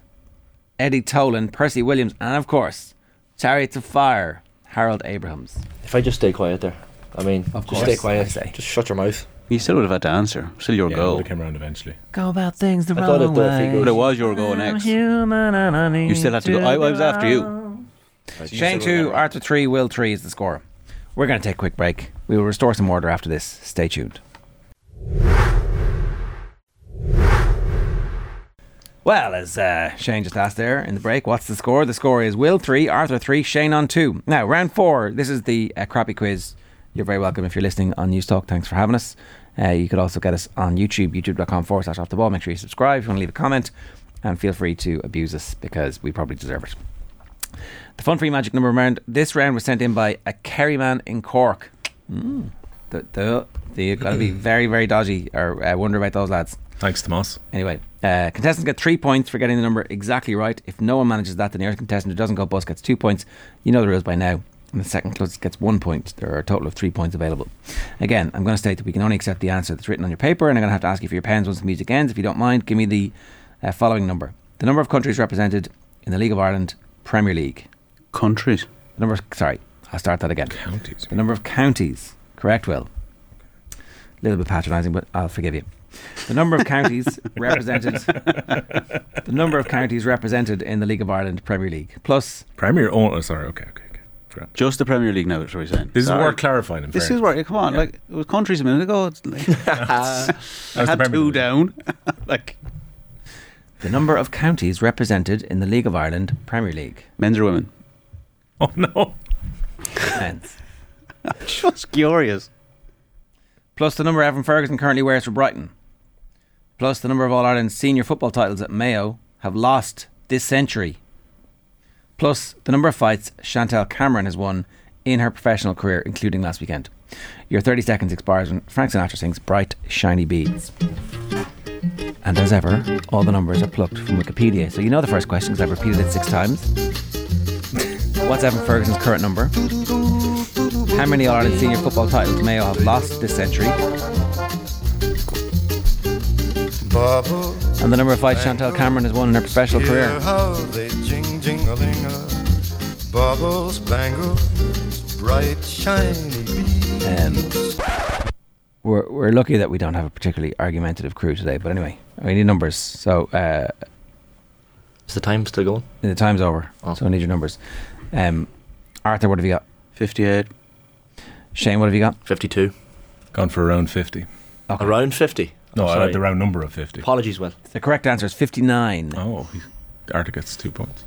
S7: Eddie Tolan, Percy Williams, and of course, Chariots of Fire, Harold Abrahams.
S2: If I just stay quiet there. I mean, just
S7: Of course,
S2: stay
S7: I
S2: quiet.
S7: say.
S2: Just shut your mouth.
S9: You still would have had to answer. Still your
S8: Yeah, it
S9: goal.
S8: would've came around eventually.
S7: Go about things the
S2: I thought
S7: wrong
S2: it, uh,
S7: way.
S9: But
S2: figured-
S9: it was your goal next. You
S7: Human and I need
S9: still had to go. I, I was after you.
S7: Shane 2, Arthur 3, Will 3 is the score. We're going to take a quick break. We will restore some order after this. Stay tuned. Well, as uh, Shane just asked there in the break, what's the score? The score is Will 3, Arthur 3, Shane on 2. Now, round 4, this is the uh, crappy quiz. You're very welcome if you're listening on News Talk. Thanks for having us. Uh, you could also get us on YouTube, youtube.com forward slash off the ball. Make sure you subscribe if you want to leave a comment. And feel free to abuse us because we probably deserve it. The fun free magic number round this round was sent in by a Kerry man in Cork. Mm. The, the, the, you've got to be very, very dodgy or uh, wonder about those lads.
S8: Thanks, Tomas.
S7: Anyway, uh, contestants get three points for getting the number exactly right. If no one manages that, then the other contestant who doesn't go bust gets two points. You know the rules by now. And the second closest gets one point. There are a total of three points available. Again, I'm going to state that we can only accept the answer that's written on your paper, and I'm going to have to ask you for your pens once the music ends. If you don't mind, give me the uh, following number the number of countries represented in the League of Ireland Premier League.
S9: Countries.
S7: The number, sorry, I'll start that again.
S8: Counties.
S7: The number of counties. Correct, Will. A little bit patronising, but I'll forgive you. The number of counties represented. the number of counties represented in the League of Ireland Premier League. Plus,
S8: Premier. Oh, sorry. Okay, okay, okay. Forgot.
S9: Just the Premier League now, that's what we're saying.
S8: This
S9: Sorry.
S8: is worth clarifying. In
S9: This
S8: fairness.
S9: is where, come on, like, it was countries a minute ago. It's like,
S8: That was the
S9: had
S8: Premier
S9: two
S8: League.
S9: down. (laughs) like,
S7: the number of counties represented in the League of Ireland Premier League.
S9: men's or women?
S8: (laughs) Oh no.
S7: Hence.
S9: (laughs) Just curious.
S7: Plus the number Evan Ferguson currently wears for Brighton. Plus the number of All Ireland senior football titles that Mayo have lost this century. Plus the number of fights Chantal Cameron has won in her professional career, including last weekend. Your 30 seconds expires when Frank Sinatra sings Bright Shiny Beads. And as ever, all the numbers are plucked from Wikipedia. So you know the first question because I've repeated it six times. (laughs) What's Evan Ferguson's current number? How many All Ireland senior football titles Mayo have lost this century? And the number of fights Chantal Cameron has won in her professional career.
S10: how they jing jingling bubbles bangle bright shiny beads.
S7: Um, we're, we're lucky that we don't have a particularly argumentative crew today, but anyway, we need numbers. So uh,
S2: Is the time still going?
S7: the time's over, so I need your numbers. Um, Arthur, what have you got?
S9: 58.
S7: Shane, what have you got?
S2: 52.
S8: Gone for around fifty.
S2: Around 50.
S8: No,
S2: Oh,
S8: I
S2: sorry.
S8: had the round number of fifty.
S2: Apologies, Will.
S7: The correct answer is 59.
S8: Oh, he- Arthur gets two points.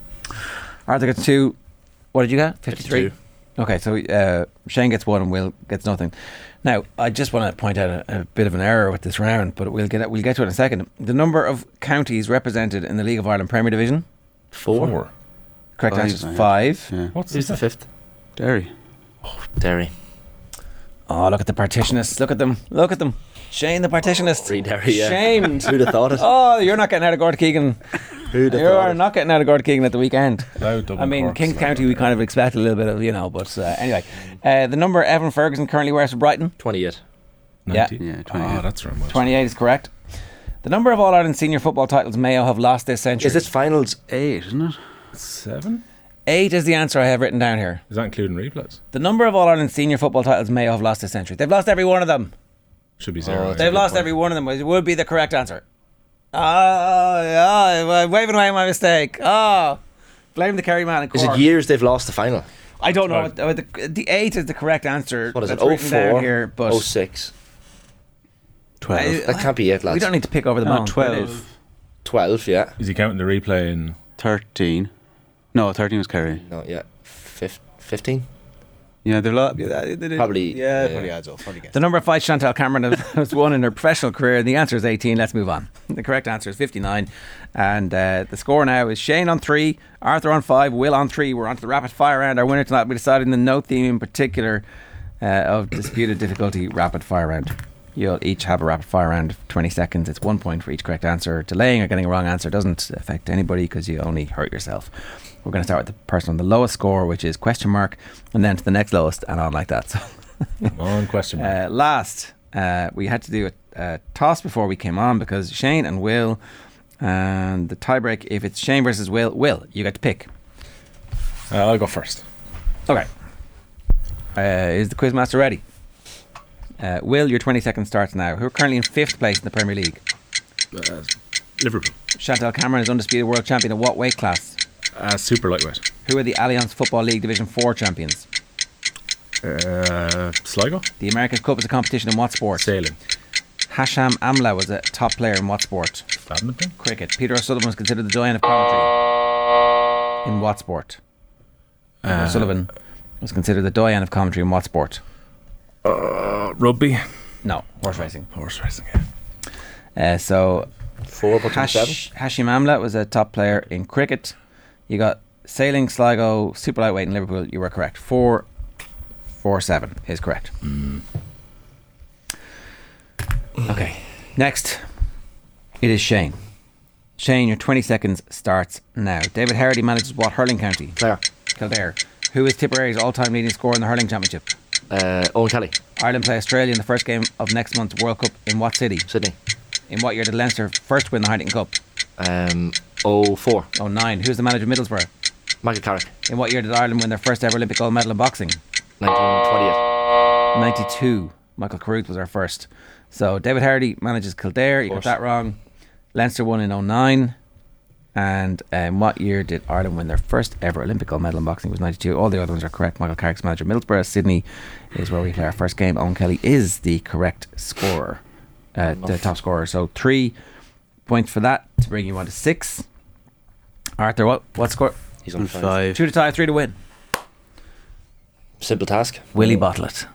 S7: Arthur gets two. What did you get? 53.
S2: 52.
S7: Okay, so uh, Shane gets one and Will gets nothing. Now, I just want to point out a, a bit of an error with this round, but we'll get we'll get to it in a second. The number of counties represented in the League of Ireland Premier Division.
S2: Four.
S7: Correct
S2: Oh,
S7: answer
S9: Five, I
S7: is
S9: had.
S7: five.
S9: Yeah.
S8: What's
S2: Who's the
S8: that?
S2: fifth?
S9: Derry.
S2: Derry.
S7: Oh, look at the partitionists! Look at them! Look at them! Shane, the partitionist.
S2: Three Derry, (laughs) yeah. (laughs)
S7: Shamed.
S2: Who'd have thought it?
S7: oh, you're not getting out of Gord Keegan.
S2: Who'd have
S7: You
S2: thought
S7: are
S2: it?
S7: not getting out of Gord Keegan at the weekend.
S8: Loud Dublin
S7: I mean,
S8: Corks,
S7: Kings
S8: loud
S7: County,
S8: Dublin
S7: we kind of expect a little bit of, you know, but uh, anyway. Uh, the number Evan Ferguson currently wears for Brighton,
S2: 28.
S7: Yeah.
S8: 90?
S9: Yeah,
S8: Ah,
S9: 28.
S8: that's around.
S7: 28 is correct. The number of All Ireland senior football titles Mayo have lost this century.
S2: Is this finals?
S9: Eight, isn't it?
S8: Seven.
S7: Eight is the answer I have written down here.
S8: Is that including replays?
S7: The number of All Ireland senior football titles Mayo have lost this century. They've lost every one of them.
S8: Should be zero.
S7: Oh, They've lost every one of them, which would be the correct answer. Ah, yeah, I'm waving away my mistake. Ah, blame the Kerry man. in
S2: Is it
S7: Cork.
S2: years they've lost the final?
S7: I don't know. What, what the, the eight is the correct answer.
S2: What is it?
S7: That's written down
S2: 04,
S7: here, but
S2: 06.
S9: 12.
S7: I-
S2: That can't be it, lads.
S7: we don't e- need to pick over the
S9: no,
S7: mound.
S9: 12.
S2: 12, yeah.
S8: Is he counting the replay in?
S9: 13. No, 13 was Kerry.
S2: No, yeah. Fif- 15?
S9: Yeah, they've lost. Yeah, they did.
S2: Probably,
S9: Yeah,
S2: yeah.
S9: probably adds up. Probably gets.
S7: The number of fights Chantal Cameron has- (laughs) has won in her professional career, the answer is 18. Let's move on. The correct answer is 59. And uh, the score now is Shane on three, Arthur on five, Will on three. We're on to the rapid fire round. Our winner tonight will be decided in the no theme in particular uh, of disputed difficulty rapid fire round. You'll each have a rapid fire round of 20 seconds. It's one point for each correct answer. Delaying or getting a wrong answer doesn't affect anybody because you only hurt yourself. We're going to start with the person on the lowest score, which is question mark, and then to the next lowest, and on like that. (laughs) So
S8: On question mark.
S7: uh, last, uh, we had to do a, a toss before we came on because Shane and Will, and the tiebreak, if it's Shane versus Will, Will, you get to pick.
S8: Uh, I'll go first.
S7: Okay. Uh, is the quizmaster ready? Uh, Will, your 20 seconds starts now. Who are currently in fifth place in the Premier League?
S8: Uh, Liverpool.
S7: Chantal Cameron is undisputed world champion at what weight class?
S8: Uh, super lightweight.
S7: Who are the Alliance Football League Division 4 champions?
S8: Uh, Sligo. Uh,
S7: The America's Cup is a competition in what sport?
S8: Sailing.
S7: Hasham Amla was a top player in what sport?
S8: Badminton?
S7: Cricket. Peter O'Sullivan was considered the giant of commentary. In what sport? Peter
S8: Uh,
S7: O'Sullivan was considered the doyen of commentary in what sport?
S8: Uh, rugby.
S7: No, horse racing.
S8: Horse racing.
S7: Uh, so
S2: four
S7: Hashim Amla was a top player in cricket. You got sailing, Sligo, super lightweight in Liverpool. You were correct. Four, four, seven is correct.
S2: Mm.
S7: Okay. Next, it is Shane. Shane, your 20 seconds starts now. David Harity manages what hurling county?
S2: Clare.
S7: Kildare. Who is Tipperary's all-time leading scorer in the hurling championship?
S2: Uh, Owen Kelly.
S7: Ireland play Australia in the first game of next month's World Cup in what city?
S2: Sydney.
S7: In what year did Leinster first win the Heineken Cup?
S2: Um, 04.
S7: 09. Oh, Who's the manager of Middlesbrough?
S2: Michael Carrick.
S7: In what year did Ireland win their first ever Olympic gold medal in boxing?
S2: 1920th.
S7: 92. Michael Carruth was our first. So David Hardy manages Kildare. You got that wrong. Leinster won in 09. And um, what year did Ireland win their first ever Olympic gold medal in boxing? It was 92. All the other ones are correct. Michael Carrick's manager of Middlesbrough. Sydney is where we play our first game. Owen Kelly is the correct scorer, uh, the top scorer. So three points for that to bring you on to six. Arthur, what, what score?
S2: He's on five.
S7: Two to tie, three to win.
S2: Simple task.
S7: Willie Botlett.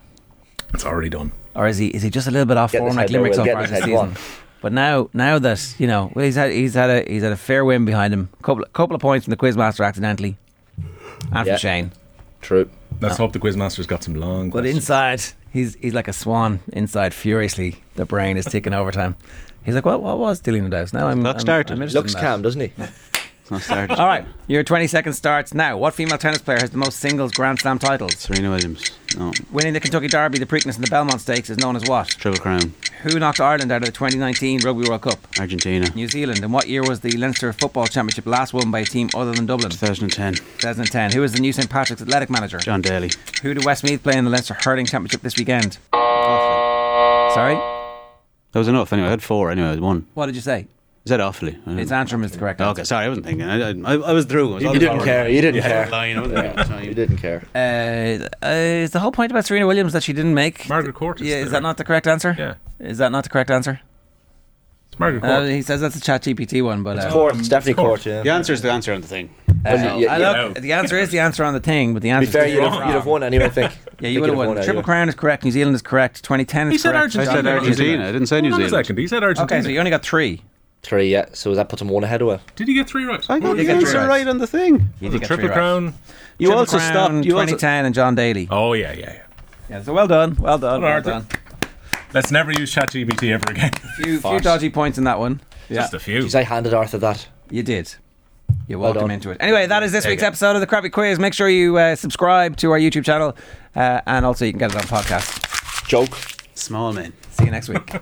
S8: It's already done.
S7: or is he is he just a little bit off
S2: Get
S7: form
S2: this
S7: like
S2: head,
S7: Limerick so
S2: Will, get
S7: far
S2: this
S7: this
S2: head, go
S7: season?
S2: on.
S7: But now now that you know, well, he's had he's had a he's had a fair win behind him. Couple couple of points from the quizmaster accidentally, and
S2: Yeah.
S7: from Shane.
S2: True.
S8: Let's
S7: Oh.
S8: hope the Quizmaster's got some long.
S7: But
S8: questions.
S7: inside, he's he's like a swan inside furiously. The brain is ticking overtime. He's like, what what was Dillian O'Dowd's? Now I'm
S9: Look
S7: I'm-
S9: started.
S7: I'm interested
S2: Looks
S7: in that.
S2: calm, doesn't he?
S9: It's not started.
S7: All right, your 20 seconds starts now. What female tennis player has the most singles Grand Slam titles?
S9: Serena Williams. No.
S7: Winning the Kentucky Derby, the Preakness, and the Belmont Stakes is known as what?
S9: Triple Crown.
S7: Who knocked Ireland out of the 2019 Rugby World Cup?
S9: Argentina.
S7: New Zealand. And what year was the Leinster Football Championship last won by a team other than Dublin?
S9: 2010.
S7: 2010. Who is the new St Patrick's athletic manager?
S9: John Daly.
S7: Who do Westmeath play in the Leinster Hurling Championship this weekend? Sorry,
S9: That was enough. Anyway, I had four. Anyway, I had one.
S7: what did you say?
S9: Is that awfully? I don't-
S7: It's Antrim is the correct answer.
S9: Okay, sorry, I wasn't thinking. I, I, I was through. I was
S2: You
S9: on the
S2: didn't
S9: phone.
S2: care. You didn't
S9: Yeah, I was
S2: care.
S9: lying, I wasn't thinking at
S7: (laughs)
S9: the time.
S2: You didn't care.
S7: Uh, uh, is the whole point about Serena Williams that she didn't make?
S8: Margaret Court.
S7: yeah, is
S8: the-
S7: that not the correct answer?
S8: Yeah.
S7: Is that not the correct answer?
S8: It's Margaret Court.
S7: Uh, he says that's a chat GPT one, but uh,
S2: Court. It's definitely court, yeah.
S9: The answer is the answer on the thing.
S2: Well, you-
S7: I
S2: you-
S7: look, the answer is the answer on the thing, but the
S2: To
S7: answer
S2: be fair,
S7: is
S2: you'd have, you'd have won anyway, I think.
S7: yeah, you would have won. Triple Crown is correct. New Zealand is correct. 2010 is
S8: He said
S7: correct.
S8: Argentina.
S9: I said
S8: New
S9: Argentina.
S8: Zealand.
S9: I didn't say New
S8: Hold on a
S9: Zealand.
S8: second. He said Argentina.
S7: Okay, so you only got three.
S2: Three, yeah. So that puts him one ahead of her.
S8: Did you get three right?
S9: I got
S7: You
S9: the
S7: get
S9: answer
S7: three
S9: right.
S7: right.
S9: on the thing.
S7: You
S8: the
S7: did get
S8: Triple
S7: three right.
S8: Crown.
S9: You
S7: Triple
S9: also
S7: Crown,
S9: stopped. You also,
S7: 2010 and John Daly.
S8: Oh yeah, yeah, yeah.
S7: Yeah, so well done, well done, well
S8: Arthur.
S7: done.
S8: Let's never use ChatGPT ever again. (laughs)
S7: Few, few dodgy points in that one.
S8: Just a few.
S2: Because I handed Arthur that.
S7: You did. You welcome
S2: done.
S7: into it. Anyway, that is this
S8: There you
S7: week's
S8: go.
S7: episode of the Crappy Quiz. Make sure you uh, subscribe to our YouTube channel, uh, and also you can get it on podcast.
S2: Joke.
S9: small man.
S7: See you next week.